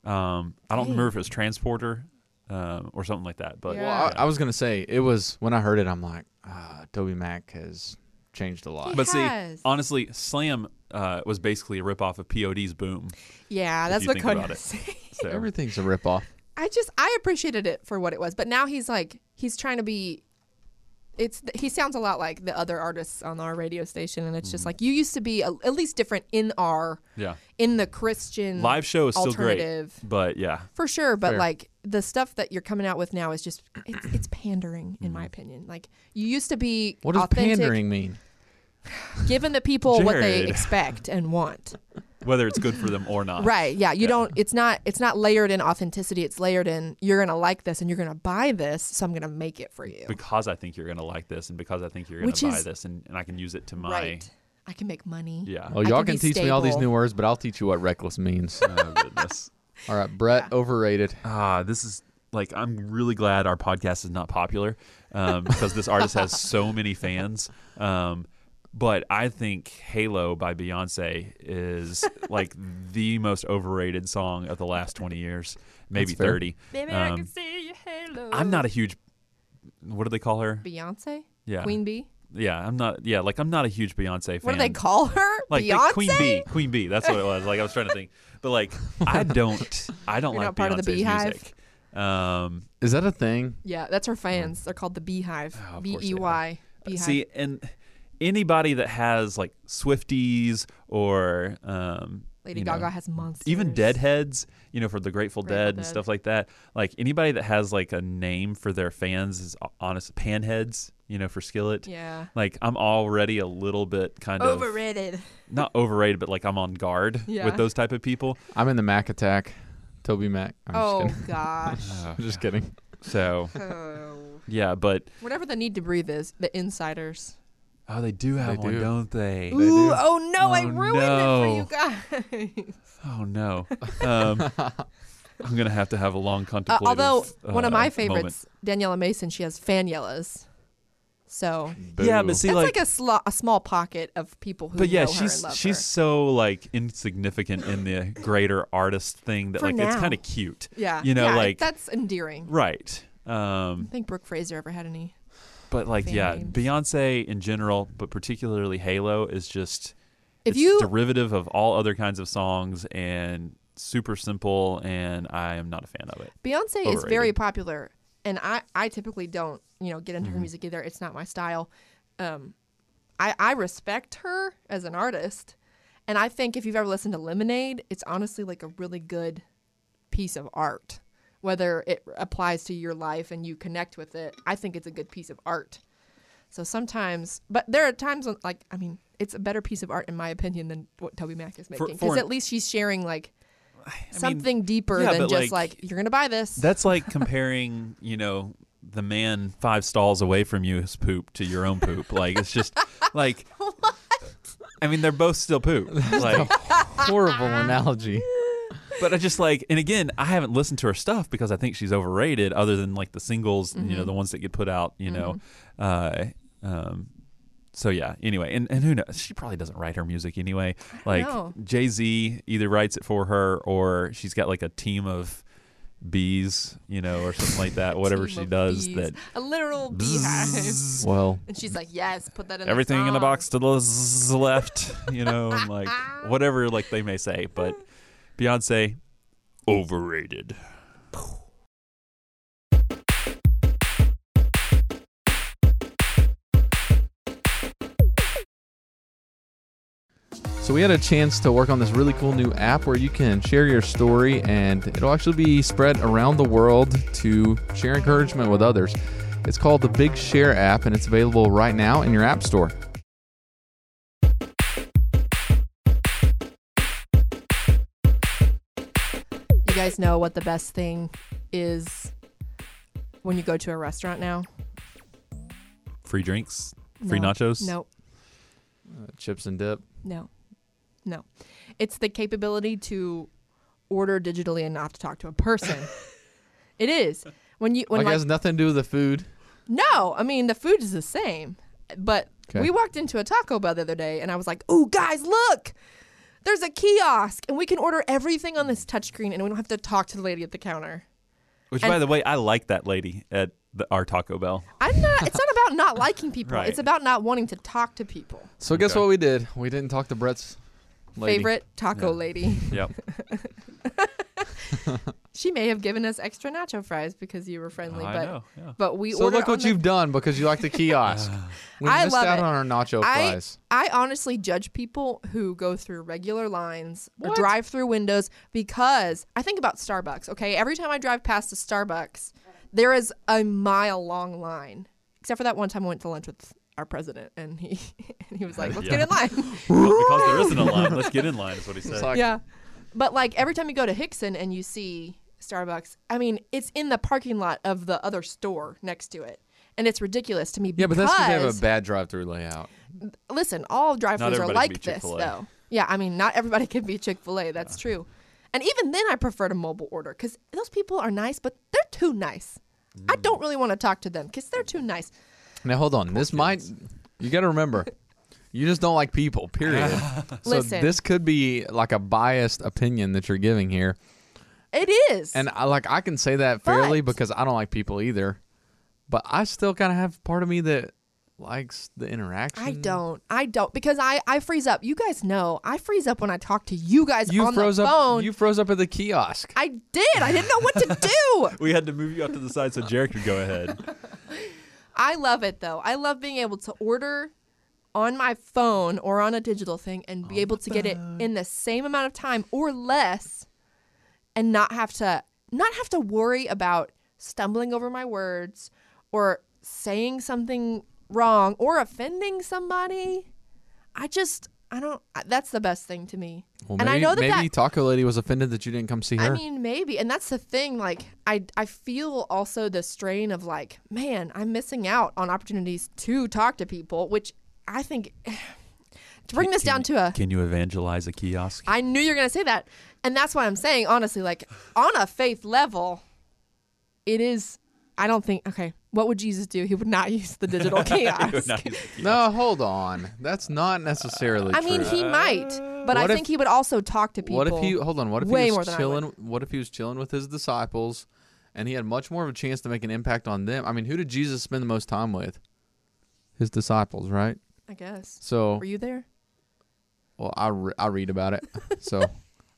Speaker 13: Um, I don't
Speaker 11: Dang.
Speaker 13: remember if it was Transporter um, or something like that, but
Speaker 10: Well, I, I was gonna say it was when I heard it. I'm like, ah, Toby Mac has changed a lot.
Speaker 13: But
Speaker 11: has.
Speaker 13: see, honestly, Slam uh, was basically a ripoff of POD's Boom.
Speaker 11: Yeah,
Speaker 13: if
Speaker 11: that's
Speaker 13: you
Speaker 11: what
Speaker 13: think
Speaker 11: Cody
Speaker 13: about
Speaker 11: was
Speaker 13: it.
Speaker 11: saying.
Speaker 13: So-
Speaker 10: everything's a ripoff.
Speaker 11: I just I appreciated it for what it was, but now he's like he's trying to be. It's he sounds a lot like the other artists on our radio station, and it's just like you used to be a, at least different in our
Speaker 13: Mm-hmm. Yeah.
Speaker 11: in the Christian
Speaker 13: Live show is still great,
Speaker 11: Mm-hmm. alternative.
Speaker 13: but yeah,
Speaker 11: For sure, but
Speaker 13: Fair.
Speaker 11: like the stuff that you're coming out with now is just it's, it's pandering in my
Speaker 13: Mm-hmm.
Speaker 11: opinion. Like you used to be
Speaker 10: What does
Speaker 11: authentic,
Speaker 10: pandering mean?
Speaker 11: giving the people what they
Speaker 13: Jared.
Speaker 11: expect and want.
Speaker 13: whether it's good for them or not.
Speaker 11: Right. Yeah. You don't. It's not. It's not layered in authenticity. It's layered in. You're gonna like this, and you're gonna buy this. So I'm gonna make it for you.
Speaker 13: Because I think you're going to like this and because I think you're going
Speaker 11: Which
Speaker 13: to buy
Speaker 11: is-
Speaker 13: this and, and I can use it to my.
Speaker 11: Right. I can make money.
Speaker 13: Yeah.
Speaker 10: Oh,
Speaker 11: I
Speaker 10: y'all
Speaker 11: can
Speaker 10: can
Speaker 11: be
Speaker 10: teach me all these
Speaker 11: stable.
Speaker 10: new words, but I'll teach you what reckless means.
Speaker 13: Oh, goodness.
Speaker 10: all right, Brett, overrated.
Speaker 13: Ah, this is like, I'm really glad our podcast is not popular um, because this artist has so many fans. Um, but I think Halo by Beyonce is like the most overrated song of the last 20 years, maybe
Speaker 10: That's fair.
Speaker 13: 30.
Speaker 11: Baby, I
Speaker 13: Um,
Speaker 11: can see your halo.
Speaker 13: I'm not a huge. What do they call her?
Speaker 11: Beyonce.
Speaker 13: Yeah.
Speaker 11: Queen Bee.
Speaker 13: yeah, I'm not. Yeah, like I'm not a huge Beyonce fan.
Speaker 11: What do they call her?
Speaker 13: Like they-
Speaker 11: Beyonce.
Speaker 13: Queen Bee. Queen Bee. That's what it was. Like I was trying to think, but like I don't. I don't
Speaker 11: You're
Speaker 13: like
Speaker 11: not part of the
Speaker 13: Beyonce's
Speaker 11: Beehive?
Speaker 13: music. Um,
Speaker 10: Is that a thing?
Speaker 11: Yeah, that's
Speaker 13: Mm-hmm.
Speaker 11: her fans. They're called
Speaker 13: Oh,
Speaker 11: the Beehive. B E Y. Beehive.
Speaker 13: Uh, See, and anybody that has like Swifties or um,
Speaker 11: Lady
Speaker 13: you know,
Speaker 11: Gaga has monsters.
Speaker 13: even Deadheads, you know, for the Grateful, Dead and
Speaker 11: Dead.
Speaker 13: stuff like that. Like anybody that has like a name for their fans is o- honest panheads, you know, for Skillet.
Speaker 11: Yeah.
Speaker 13: Like I'm already a little bit kind of
Speaker 11: Overrated.
Speaker 13: Not overrated, but like I'm on guard
Speaker 11: Yeah.
Speaker 13: with those type of people.
Speaker 10: I'm in the Mac attack. Toby Mac. I'm
Speaker 11: Oh,
Speaker 10: just kidding.
Speaker 11: gosh.
Speaker 10: I'm just kidding.
Speaker 13: So,
Speaker 11: Oh.
Speaker 13: yeah, but
Speaker 11: Whatever the need to breathe is, the insiders.
Speaker 13: oh, they do have
Speaker 10: They
Speaker 13: one,
Speaker 10: do.
Speaker 13: don't they?
Speaker 11: Ooh, oh no, I
Speaker 13: Oh,
Speaker 11: ruined
Speaker 13: no.
Speaker 11: it for you guys.
Speaker 13: Oh no. Um, I'm gonna have to have a long
Speaker 11: Uh,
Speaker 13: contemplative.
Speaker 11: although one of
Speaker 13: uh,
Speaker 11: my
Speaker 13: moment.
Speaker 11: favorites, Daniela Mason, she has faniellas. So
Speaker 13: Yeah, but see,
Speaker 11: that's
Speaker 13: like-
Speaker 11: like, a, slo- a small pocket of people who
Speaker 13: But yeah,
Speaker 11: know her and
Speaker 13: she's
Speaker 11: love her.
Speaker 13: she's so like insignificant in the greater artist thing that
Speaker 11: For
Speaker 13: like it's
Speaker 11: now.
Speaker 13: kind of cute.
Speaker 11: yeah,
Speaker 13: you know,
Speaker 11: yeah,
Speaker 13: like
Speaker 11: that's endearing.
Speaker 13: right.
Speaker 11: I
Speaker 13: Um,
Speaker 11: think Brooke Fraser ever had any.
Speaker 13: but like
Speaker 11: Fan
Speaker 13: yeah,
Speaker 11: names.
Speaker 13: Beyonce in general, but particularly Halo is just
Speaker 11: If
Speaker 13: it's
Speaker 11: you-
Speaker 13: derivative of all other kinds of songs and super simple, and I am not a fan of it.
Speaker 11: Beyonce is
Speaker 13: Overrated.
Speaker 11: very popular, and I, I typically don't, you know, get into her
Speaker 13: Mhm.
Speaker 11: music either. It's not my style. Um, I, I respect her as an artist, and I think if you've ever listened to Lemonade, it's honestly like a really good piece of art. Whether it applies to your life and you connect with it, I think it's a good piece of art. So sometimes, but there are times when, like, I mean, it's a better piece of art in my opinion than what Toby Mac is making because
Speaker 13: for-
Speaker 11: at least she's sharing like something deeper
Speaker 13: yeah,
Speaker 11: than
Speaker 13: but,
Speaker 11: just
Speaker 13: like,
Speaker 11: like, you're gonna buy this.
Speaker 13: That's like comparing, you know, the man five stalls away from you's poop to your own poop. Like it's just like I mean, they're both still poop. Like
Speaker 10: horrible analogy.
Speaker 13: But I just like, and again, I haven't listened to her stuff because I think she's overrated. Other than like the singles, you know,
Speaker 11: Mhm.
Speaker 13: the ones that get put out, you know. Uh,
Speaker 11: Mm-hmm.
Speaker 13: um, so yeah. Anyway, and, and who knows? She probably doesn't write her music anyway. Like
Speaker 11: know.
Speaker 13: Jay Z either writes it for her or she's got like a team of bees, you know, or something like that. Whatever
Speaker 11: Team
Speaker 13: she
Speaker 11: of
Speaker 13: does,
Speaker 11: bees. Oh,
Speaker 13: that
Speaker 11: a literal beehive.
Speaker 10: Well.
Speaker 11: and she's like, yes, put that in
Speaker 13: everything in
Speaker 11: the
Speaker 13: a
Speaker 11: song."
Speaker 13: box to the z- left, you know, and like whatever like they may say, but Beyonce overrated.
Speaker 10: So we had a chance to work on this really cool new app where you can share your story and it'll actually be spread around the world to share encouragement with others. It's called the Big Share app and it's available right now in your app store.
Speaker 11: You guys know what the best thing is when you go to a restaurant now?
Speaker 13: Free drinks, free
Speaker 11: No.
Speaker 13: nachos.
Speaker 11: Nope.
Speaker 10: Uh, chips and dip.
Speaker 11: No. No. It's the capability to order digitally and not to talk to a person. it is. When you when
Speaker 10: like it
Speaker 11: like-
Speaker 10: has nothing to do with the food.
Speaker 11: No, I mean the food is the same, but
Speaker 10: Okay.
Speaker 11: we walked into a Taco Bell the other day, and I was like, "Ooh, guys, look! There's a kiosk, and we can order everything on this touchscreen, and we don't have to talk to the lady at the counter."
Speaker 13: Which,
Speaker 11: And-
Speaker 13: by the way, I like that lady at the, our Taco Bell.
Speaker 11: I'm not. It's not about not liking people.
Speaker 13: Right.
Speaker 11: It's about not wanting to talk to people.
Speaker 10: So guess what we did? We didn't talk to Brett's lady.
Speaker 11: Favorite taco
Speaker 10: Yeah.
Speaker 11: lady.
Speaker 13: Yep.
Speaker 11: she may have given us extra nacho fries because you were friendly,
Speaker 10: I
Speaker 11: but
Speaker 10: know, yeah.
Speaker 11: but we
Speaker 10: so
Speaker 11: ordered
Speaker 10: look
Speaker 11: on
Speaker 10: what
Speaker 11: the-
Speaker 10: you've done because you like the kiosk. we
Speaker 11: I
Speaker 10: missed
Speaker 11: love
Speaker 10: out
Speaker 11: it.
Speaker 10: on our nacho
Speaker 11: I,
Speaker 10: fries.
Speaker 11: I honestly judge people who go through regular lines or drive through windows because I think about Starbucks, okay? Every time I drive past a Starbucks, there is a mile long line. Except for that one time I went to lunch with our president and he and he was like, Let's
Speaker 13: Yeah.
Speaker 11: get in line.
Speaker 13: because there isn't a line. Let's get in line, is what he said.
Speaker 11: yeah. But like every time you go to Hickson and you see Starbucks, I mean, it's in the parking lot of the other store next to it. And it's ridiculous to me
Speaker 10: Yeah, but
Speaker 11: because
Speaker 10: that's because they have a bad drive-through layout.
Speaker 11: listen, all drive-throughs are
Speaker 10: everybody can
Speaker 11: like
Speaker 10: be
Speaker 11: this,
Speaker 10: Chick-fil-A.
Speaker 11: though. Yeah, I mean, not everybody can be Chick Fil A. That's true. And even then, I prefer to mobile order because those people are nice, but they're too nice.
Speaker 10: Mm.
Speaker 11: I don't really want to talk to them because they're too nice.
Speaker 10: Now hold on. This might you got to remember. You just don't like people, period. so
Speaker 11: Listen.
Speaker 10: this could be like a biased opinion that you're giving here.
Speaker 11: It is.
Speaker 10: And I like I can say that fairly because I don't like people either. But I still kind of have part of me that likes the interaction.
Speaker 11: I don't. I don't because I I freeze up. You guys know I freeze up when I talk to you guys
Speaker 10: You
Speaker 11: on
Speaker 10: froze
Speaker 11: the phone.
Speaker 10: up. You froze up at the kiosk.
Speaker 11: I did. I didn't know what to do.
Speaker 13: We had to move you off to the side so Jared could go ahead.
Speaker 11: I love it though. I love being able to order on my phone or on a digital thing and be able to get it in the same amount of time or less and not have to not have to worry about stumbling over my words or saying something wrong or offending somebody. I just I don't I- that's the best thing to me.
Speaker 10: Well,
Speaker 11: and
Speaker 10: maybe,
Speaker 11: I know that
Speaker 10: maybe
Speaker 11: that
Speaker 10: Taco Lady was offended that you didn't come see her.
Speaker 11: I mean, maybe. And that's the thing. Like, I, I feel also the strain of, like, man, I'm missing out on opportunities to talk to people, which I think, to bring this down to a,
Speaker 13: Can you evangelize a kiosk?
Speaker 11: I knew you were going to say that. And that's what I'm saying, honestly. Like, on a faith level, it is, I don't think, okay, what would Jesus do? He would not use the digital kiosk.
Speaker 10: no, hold on. That's not necessarily.
Speaker 11: I mean,
Speaker 10: true.
Speaker 11: he might, but I
Speaker 10: What if-
Speaker 11: think he would also talk to people.
Speaker 10: What if he? Hold on. What if
Speaker 11: way
Speaker 10: he
Speaker 11: more
Speaker 10: was
Speaker 11: than I would.
Speaker 10: chilling? What if he was chilling with his disciples, and he had much more of a chance to make an impact on them? I mean, who did Jesus spend the most time with? His disciples, right?
Speaker 11: I guess.
Speaker 10: So-
Speaker 11: were you there?
Speaker 10: Well, I, re- I read about it. So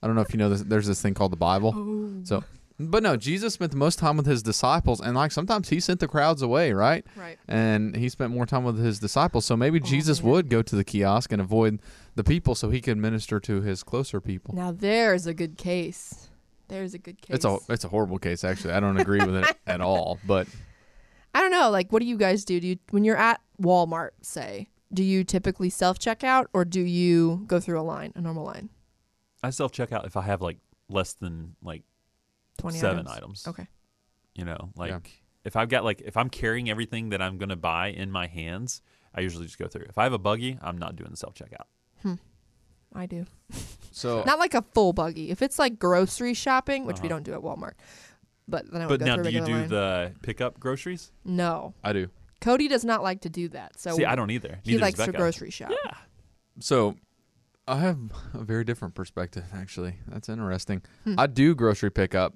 Speaker 10: I don't know if you know this. There's this thing called the Bible.
Speaker 11: Oh.
Speaker 10: So, but no, Jesus spent the most time with his disciples, and like sometimes he sent the crowds away, right?
Speaker 11: Right.
Speaker 10: And he spent more time with his disciples. So
Speaker 11: Oh,
Speaker 10: maybe Jesus would go to the kiosk and avoid the people so he could minister to his closer people.
Speaker 11: Now there's a good case. There's a good case.
Speaker 10: It's a it's a horrible case, actually. I don't agree with it at all. But
Speaker 11: I don't know. Like, what do you guys do? Do you when you're at Walmart, say, do you typically self checkout or do you go through a line, a normal line?
Speaker 13: I self check out if I have like less than like
Speaker 11: 20
Speaker 13: seven
Speaker 11: items?
Speaker 13: items.
Speaker 11: Okay.
Speaker 13: You know, like if I've got like if I'm carrying everything that I'm gonna buy in my hands, I usually just go through. If I have a buggy, I'm not doing the self checkout.
Speaker 11: I do.
Speaker 10: So
Speaker 11: Not like a full buggy. If it's like grocery shopping, which we
Speaker 13: Uh-huh.
Speaker 11: don't do at Walmart, but then I would
Speaker 13: But
Speaker 11: go
Speaker 13: now,
Speaker 11: through a
Speaker 13: do you
Speaker 11: regular
Speaker 13: do
Speaker 11: line.
Speaker 13: the pick up groceries?
Speaker 11: No.
Speaker 10: I do.
Speaker 11: Cody does not like to do that. So
Speaker 13: See, I don't either.
Speaker 11: He
Speaker 13: Neither does
Speaker 11: likes to
Speaker 13: Becca.
Speaker 11: grocery shop. Yeah.
Speaker 10: So I have a very different perspective, actually. That's interesting. I do grocery pickup,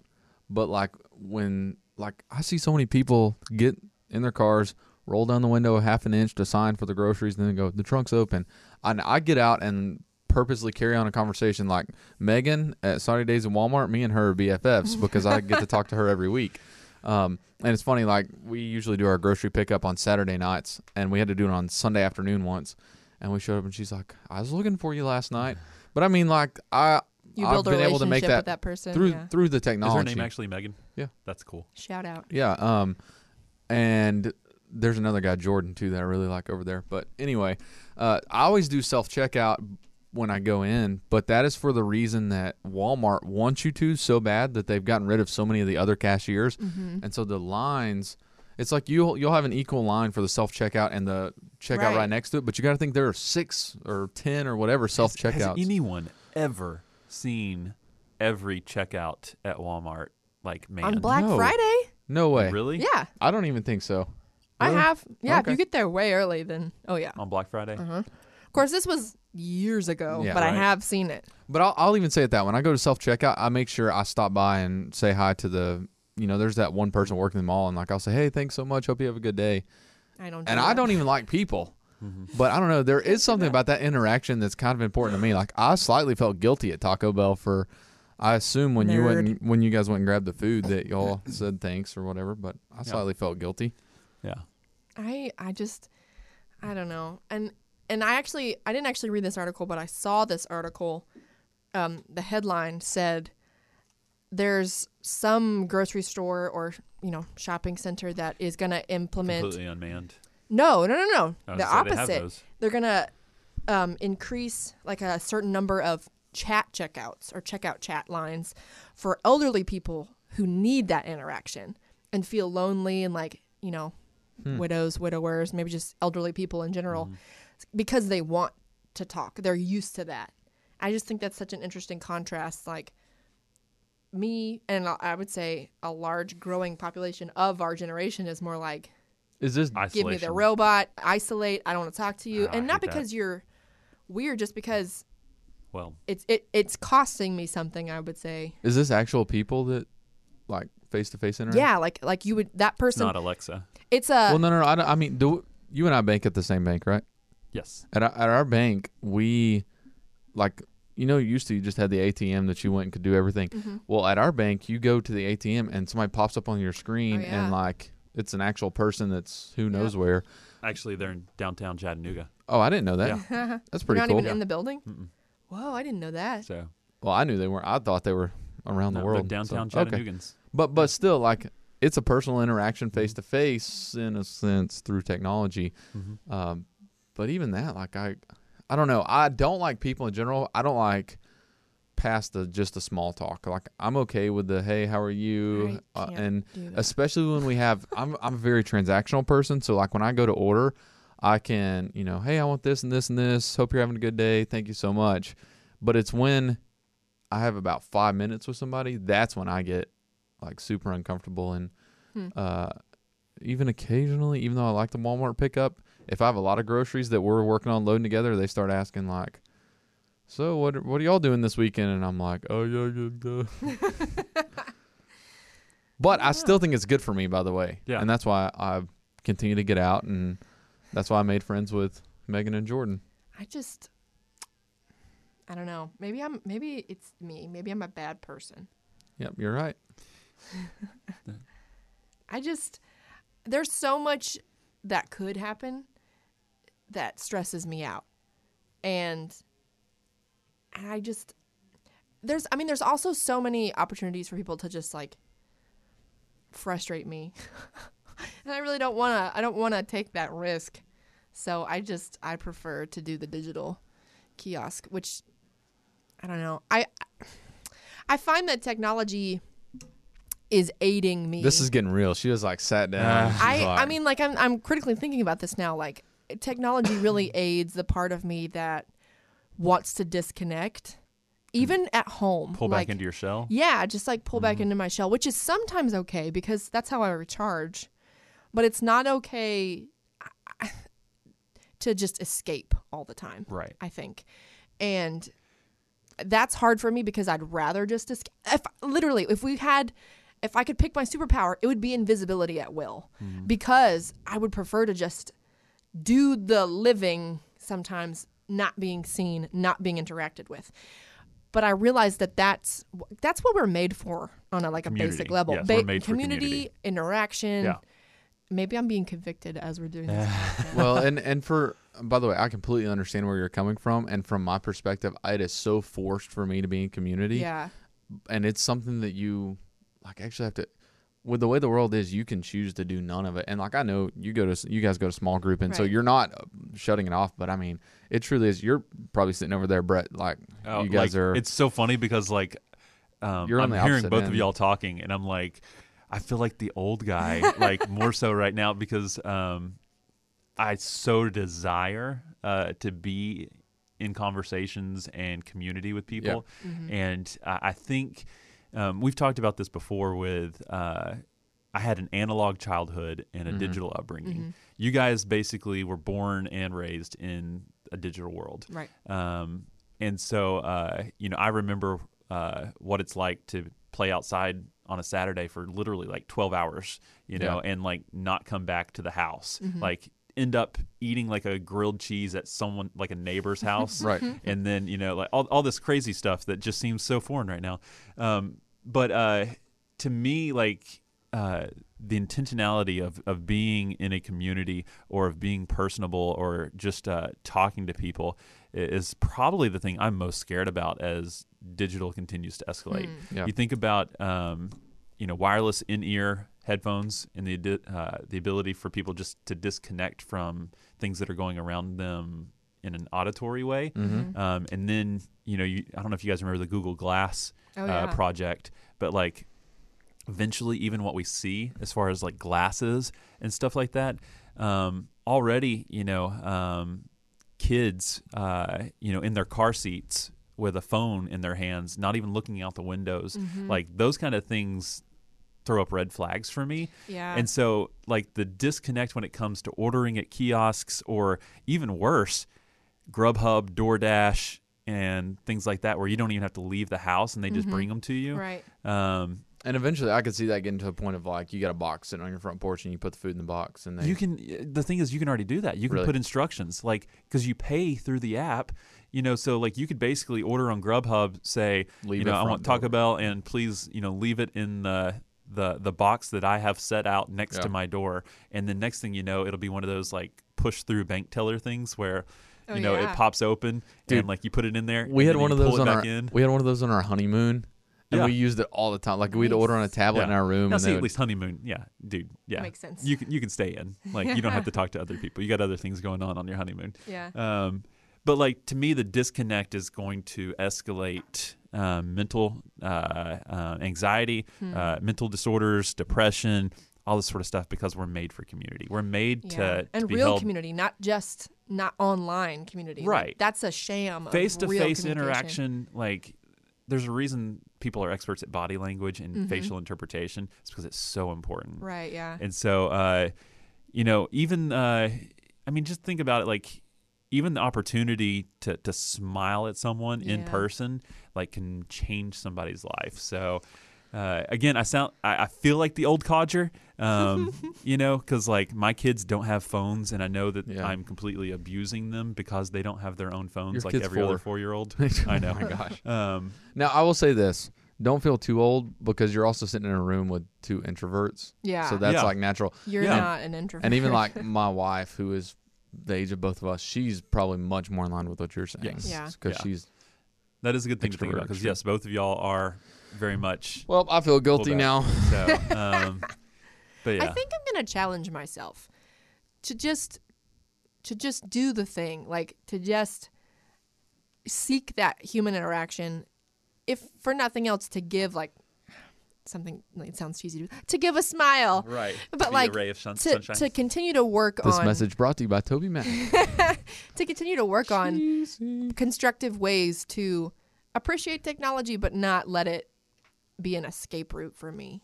Speaker 10: but like when like I see so many people get in their cars, roll down the window a half an inch to sign for the groceries, and then go, the trunk's open. And I get out and purposely carry on a conversation like Megan at Saturday Days in Walmart, me and her are BFFs because I get to talk to her every week. Um, and it's funny, like we usually do our grocery pickup on Saturday nights, and we had to do it on Sunday afternoon once. And we showed up, and she's like, "I was looking for you last night." But I mean, like I,
Speaker 11: You
Speaker 10: I've
Speaker 11: build a
Speaker 10: been able to make
Speaker 11: relationship
Speaker 10: that,
Speaker 11: with that person,
Speaker 10: through
Speaker 11: yeah.
Speaker 10: through the
Speaker 13: Is
Speaker 10: technology.
Speaker 13: her name actually Megan?
Speaker 10: Yeah.
Speaker 13: That's cool.
Speaker 11: Shout out.
Speaker 10: Yeah. Um, and there's another guy, Jordan, too, that I really like over there. But anyway, uh, I always do self checkout when I go in, but that is for the reason that Walmart wants you to so bad that they've gotten rid of so many of the other cashiers,
Speaker 13: Mhm.
Speaker 10: and so the lines. It's like you'll you'll have an equal line for the self checkout and the checkout right.
Speaker 13: Right.
Speaker 10: next to it, but you got to think there are six or ten or whatever self
Speaker 13: Has
Speaker 10: checkouts.
Speaker 13: anyone ever seen every checkout at Walmart? Like man,
Speaker 11: On Black No. Friday?
Speaker 10: No way.
Speaker 13: Really?
Speaker 11: Yeah.
Speaker 10: I don't even think so.
Speaker 11: I have. Yeah.
Speaker 10: Okay.
Speaker 11: If you get there way early, then oh yeah.
Speaker 13: on Black Friday.
Speaker 11: Uh-huh. Of course, this was years ago,
Speaker 10: Yeah.
Speaker 11: but I
Speaker 10: Right.
Speaker 11: have seen it.
Speaker 10: But I'll, I'll even say it that when I go to self checkout, I make sure I stop by and say hi to the, you know, there's that one person working the mall, and like I'll say, hey, thanks so much, hope you have a good day.
Speaker 11: I don't.
Speaker 10: And
Speaker 11: do
Speaker 10: I
Speaker 11: that.
Speaker 10: don't even like people, but I don't know. There is something about that interaction that's kind of important to me. Like I slightly felt guilty at Taco Bell for, I assume when you
Speaker 11: Nerd.
Speaker 10: went and- when you guys went and grabbed the food that y'all said thanks or whatever, but I slightly felt guilty.
Speaker 13: Yeah.
Speaker 11: I I just I don't know. And and I actually I didn't actually read this article, but I saw this article. Um, the headline said there's some grocery store or you know shopping center that is gonna implement
Speaker 13: Completely unmanned.
Speaker 11: no, no, no,
Speaker 13: I
Speaker 11: no.
Speaker 13: was gonna say,
Speaker 11: The
Speaker 13: Oh, they have
Speaker 11: opposite.
Speaker 13: those.
Speaker 11: They're gonna um, increase like a certain number of chat checkouts or checkout chat lines for elderly people who need that interaction and feel lonely and like you know
Speaker 14: Hmm.
Speaker 11: widows, widowers, maybe just elderly people in general
Speaker 13: Mm-hmm.
Speaker 11: because they want to talk. They're used to that. I just think that's such an interesting contrast. Like me and uh, I- I would say a large growing population of our generation is more like
Speaker 10: Is this
Speaker 11: give me the robot, isolate, I don't want to talk to you.
Speaker 13: Oh, I
Speaker 11: and not
Speaker 13: hate that.
Speaker 11: because you're weird, just because
Speaker 13: Well,
Speaker 11: it's it, it's costing me something, I would say.
Speaker 10: Is this actual people that, like face to face interaction?
Speaker 11: Yeah, like like you would that person
Speaker 13: Alexa.
Speaker 11: it's a
Speaker 10: well, no, no, no. I, don't- I mean, do you and I bank at the same bank, right?
Speaker 13: Yes.
Speaker 10: At our, at our bank, we like you know, used to you just had the ATM that you went and could do everything.
Speaker 11: Mm-hmm.
Speaker 13: Mhm.
Speaker 10: Well, at our bank, you go to the ATM and somebody pops up on your screen
Speaker 11: Oh,
Speaker 13: yeah.
Speaker 10: and like it's an actual person that's who knows where.
Speaker 13: Actually, they're in downtown Chattanooga.
Speaker 10: Oh, I didn't know that. That's pretty
Speaker 11: You're not
Speaker 10: cool.
Speaker 11: even in the building. Whoa, I didn't know that.
Speaker 13: So
Speaker 10: Well, I knew they weren't. I thought they were around the
Speaker 13: No, they're
Speaker 10: world.
Speaker 13: downtown
Speaker 10: okay.
Speaker 13: Chattanoogans.
Speaker 10: But but still, like it's a personal interaction, face to face, in a sense, through technology. Um, but even that, like I, I don't know. I don't like people in general. I don't like past the just the small talk. Like I'm okay with the hey, how are you,
Speaker 13: I
Speaker 10: uh,
Speaker 13: can't
Speaker 10: and
Speaker 13: do that.
Speaker 10: especially when we have. I'm I'm a very transactional person, so like when I go to order, I can you know hey, I want this and this and this. Hope you're having a good day. Thank you so much. But it's when I have about five minutes with somebody, that's when I get like super uncomfortable. And
Speaker 13: Hmm.
Speaker 10: uh, even occasionally, even though I like the Walmart pickup, if I have a lot of groceries that we're working on loading together, they start asking like, "So what? Are, what are y'all doing this weekend?" And I'm like, "Oh yeah, yeah, yeah." but I still think it's good for me, by the way.
Speaker 13: Yeah.
Speaker 10: And that's why I continue to get out, and that's why I made friends with Megan and Jordan.
Speaker 11: I just, I don't know. Maybe I'm. Maybe it's me. Maybe I'm a bad person.
Speaker 10: Yep, you're right.
Speaker 11: I just, there's so much that could happen that stresses me out, and and I just, there's. I mean, there's also so many opportunities for people to just like frustrate me, and I really don't wanna. I don't wanna take that risk. So I just I prefer to do the digital kiosk, which I don't know. I I find that technology is aiding me.
Speaker 10: This is getting real. She just like sat down. and she's
Speaker 11: I I
Speaker 10: like-
Speaker 11: mean like I'm I'm critically thinking about this now. Like technology really aids the part of me that wants to disconnect, even at home.
Speaker 13: pull back
Speaker 11: like,
Speaker 13: into your shell. Mm.
Speaker 11: yeah, just like pull back into my shell, which is sometimes okay because that's how I recharge. But it's not okay to just escape all the time.
Speaker 13: Right.
Speaker 11: I think. And that's hard for me because I'd rather just escape. If, literally, if we had, if I could pick my superpower, it would be invisibility at will
Speaker 13: Mm.
Speaker 11: because I would prefer to just do the living sometimes not being seen, not being interacted with. But I realize that that's that's what we're made for on a like
Speaker 13: Community.
Speaker 11: a basic level.
Speaker 13: Yes, we're made for community.
Speaker 11: interaction.
Speaker 10: Yeah.
Speaker 11: Maybe I'm being convicted as we're doing this. podcast.
Speaker 10: well, and and for by the way, I completely understand where you're coming from, and from my perspective, it is so forced for me to be in community.
Speaker 11: Yeah.
Speaker 10: and it's something that you like actually have to. With the way the world is, you can choose to do none of it. And like I know you go to s- you guys go to small group, and so
Speaker 13: Right.
Speaker 10: you're not uh, shutting it off. But I mean, it truly is. You're probably sitting over there, Brett. Like
Speaker 13: Oh,
Speaker 10: you guys
Speaker 13: like,
Speaker 10: are.
Speaker 13: It's so funny because like um,
Speaker 10: You're on
Speaker 13: I'm
Speaker 10: the
Speaker 13: hearing
Speaker 10: opposite
Speaker 13: both of
Speaker 10: end.
Speaker 13: y'all talking, and I'm like, I feel like the old guy, like more so right now because um, I so desire uh, to be in conversations and community with people,
Speaker 14: Mhm.
Speaker 13: and I I think um, we've talked about this before with. Uh, I had an analog childhood and a
Speaker 10: Mm-hmm.
Speaker 14: Mhm.
Speaker 13: digital upbringing.
Speaker 14: Mhm.
Speaker 13: You guys basically were born and raised in a digital world.
Speaker 11: Right.
Speaker 13: Um, and so, uh, you know, I remember uh, what it's like to play outside on a Saturday for literally like 12 hours, you know,
Speaker 10: Yeah.
Speaker 13: and like not come back to the house.
Speaker 10: Mhm.
Speaker 13: Like, end up eating like a grilled cheese at someone like a neighbor's house
Speaker 10: Right.
Speaker 13: and then you know like all, all this crazy stuff that just seems so foreign right now um, but uh, to me like uh, the intentionality of, of being in a community or of being personable or just uh, talking to people i- is probably the thing i'm most scared about as digital continues to escalate
Speaker 10: Mm. Yeah.
Speaker 13: you think about um, you know wireless in-ear headphones and the adi- uh, the ability for people just to disconnect from things that are going around them in an auditory way
Speaker 10: Mhm.
Speaker 13: um, and then you know you, i don't know if you guys remember the google glass
Speaker 11: Oh,
Speaker 13: uh,
Speaker 11: yeah.
Speaker 13: project but like eventually even what we see as far as like glasses and stuff like that um, already you know um, kids uh, you know in their car seats with a phone in their hands not even looking out the windows
Speaker 11: Mm-hmm.
Speaker 14: Mhm.
Speaker 13: like those kind of things throw up red flags for me
Speaker 14: Yeah.
Speaker 13: and so like the disconnect when it comes to ordering at kiosks or even worse grubhub doordash and things like that where you don't even have to leave the house and they just
Speaker 11: Mhm.
Speaker 13: bring them to you
Speaker 11: Right.
Speaker 13: um,
Speaker 10: And eventually, I could see that getting to a point of like you got a box sitting on your front porch, and you put the food in the box, and then
Speaker 13: You can. The thing is, you can already do that. You can
Speaker 10: Really?
Speaker 13: put instructions, like because you pay through the app. You know, so like you could basically order on Grubhub, say, you
Speaker 10: Leave it
Speaker 13: know, I
Speaker 10: front
Speaker 13: want Taco Bell, and please, you know, leave it in the the the box that I have set out next
Speaker 10: Yeah.
Speaker 13: to my door, and the next thing you know, it'll be one of those like push through bank teller things where.
Speaker 11: Oh,
Speaker 13: You know,
Speaker 11: yeah.
Speaker 13: it pops open
Speaker 10: Dude,
Speaker 13: and like you put it in there.
Speaker 10: we
Speaker 13: and
Speaker 10: had
Speaker 13: then
Speaker 10: one
Speaker 13: you
Speaker 10: of
Speaker 13: pull
Speaker 10: those
Speaker 13: it
Speaker 10: on
Speaker 13: back
Speaker 10: our
Speaker 13: in.
Speaker 10: we had one of those on our honeymoon, and
Speaker 13: Yeah.
Speaker 10: we used it all the time. Like we'd order on a tablet in
Speaker 13: Yeah.
Speaker 10: our room,
Speaker 13: Now,
Speaker 10: and
Speaker 13: see,
Speaker 10: they
Speaker 13: at
Speaker 10: would-
Speaker 13: least honeymoon, yeah, dude, yeah,
Speaker 11: Makes sense.
Speaker 13: You can you can stay in, like you don't have to talk to other people. You got other things going on on your honeymoon.
Speaker 11: Yeah.
Speaker 13: Um, but like to me, the disconnect is going to escalate um, mental uh, uh, anxiety,
Speaker 11: Hmm.
Speaker 13: uh, mental disorders, depression, all this sort of stuff because we're made for community. We're made to, to
Speaker 11: and
Speaker 13: be
Speaker 11: real
Speaker 13: held
Speaker 11: community, not just not online community. Like,
Speaker 13: Right.
Speaker 11: that's a sham. of
Speaker 13: face to
Speaker 11: uh, real
Speaker 13: face
Speaker 11: communication.
Speaker 13: interaction like there's a reason people are experts at body language and
Speaker 11: Mhm.
Speaker 13: facial interpretation it's because it's so important
Speaker 11: Right, yeah.
Speaker 13: and so uh you know even uh i mean just think about it like even the opportunity to to smile at someone in
Speaker 11: Yeah.
Speaker 13: person like can change somebody's life so uh, again, I sound, I, I feel like the old codger, um, you know, because like my kids don't have phones, and I know that I'm completely abusing them because they don't have their own phones
Speaker 10: Your
Speaker 13: like
Speaker 10: kid's
Speaker 13: every other
Speaker 10: four.
Speaker 13: four year old. I know.
Speaker 10: Oh my gosh.
Speaker 13: Um,
Speaker 10: now I will say this: don't feel too old because you're also sitting in a room with two introverts.
Speaker 11: Yeah.
Speaker 10: So that's
Speaker 11: Yeah.
Speaker 10: like natural.
Speaker 11: You're Yeah. not an introvert.
Speaker 10: And even like my wife, who is the age of both of us, she's probably much more in line with what you're saying.
Speaker 13: Yes. Yeah.
Speaker 10: Because
Speaker 13: Yeah.
Speaker 10: she's
Speaker 13: that is a good thing to think about
Speaker 10: Extrovert,
Speaker 13: because
Speaker 10: sure.
Speaker 13: yes, both of y'all are very much.
Speaker 10: Well, I feel
Speaker 13: pulled
Speaker 10: guilty
Speaker 13: out.
Speaker 10: now.
Speaker 13: So, um, but yeah,
Speaker 11: I think I'm gonna challenge myself to just to just do the thing, like to just seek that human interaction, if for nothing else, to give like something. like, It sounds cheesy to do, to give a smile,
Speaker 13: Right. To be
Speaker 11: But
Speaker 13: a
Speaker 11: like
Speaker 13: ray of sun-
Speaker 11: to
Speaker 13: sunshine.
Speaker 11: to continue to work
Speaker 10: this
Speaker 11: on
Speaker 10: message brought to you by Toby Mack.
Speaker 11: to continue to work on constructive ways to appreciate technology, but not let it be an escape route for me.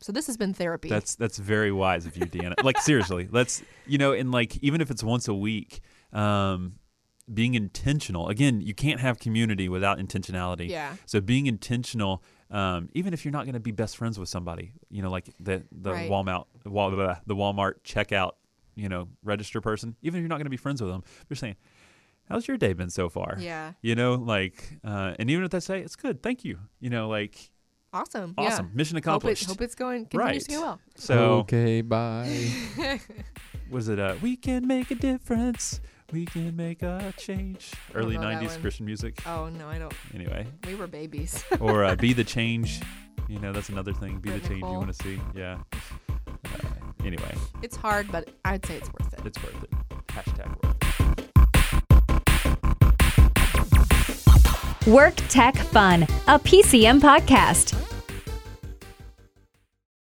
Speaker 11: So this has been therapy.
Speaker 13: That's that's very wise of you, Deanna. like seriously, let's you know, and like even if it's once a week, um, being intentional. Again, you can't have community without intentionality.
Speaker 11: Yeah.
Speaker 13: So being intentional, um, even if you're not going to be best friends with somebody, you know, like the the
Speaker 11: Right.
Speaker 13: Walmart Wal, blah, blah, the Walmart checkout, you know, register person. Even if you're not going to be friends with them, you're saying. How's your day been so far?
Speaker 11: Yeah.
Speaker 13: You know, like, uh, and even if they say it's good, thank you. You know, like,
Speaker 11: awesome. Yeah.
Speaker 13: awesome, mission
Speaker 11: Hope it-
Speaker 13: accomplished.
Speaker 11: Hope, it's going continues
Speaker 13: right.
Speaker 11: to go well.
Speaker 13: So
Speaker 10: okay, bye.
Speaker 13: was it uh we can make a difference we can make a change
Speaker 11: don't
Speaker 13: early
Speaker 11: know that
Speaker 13: 90s
Speaker 11: one.
Speaker 13: christian music
Speaker 11: Oh no, I don't.
Speaker 13: anyway
Speaker 11: We were babies.
Speaker 13: or uh, be the change you know that's another thing be the change you
Speaker 11: Nicole.
Speaker 13: want to see yeah uh, anyway
Speaker 11: It's hard, but I'd say it's worth it.
Speaker 13: it's worth it hashtag worth it
Speaker 9: Work Tech Fun, a PCM podcast.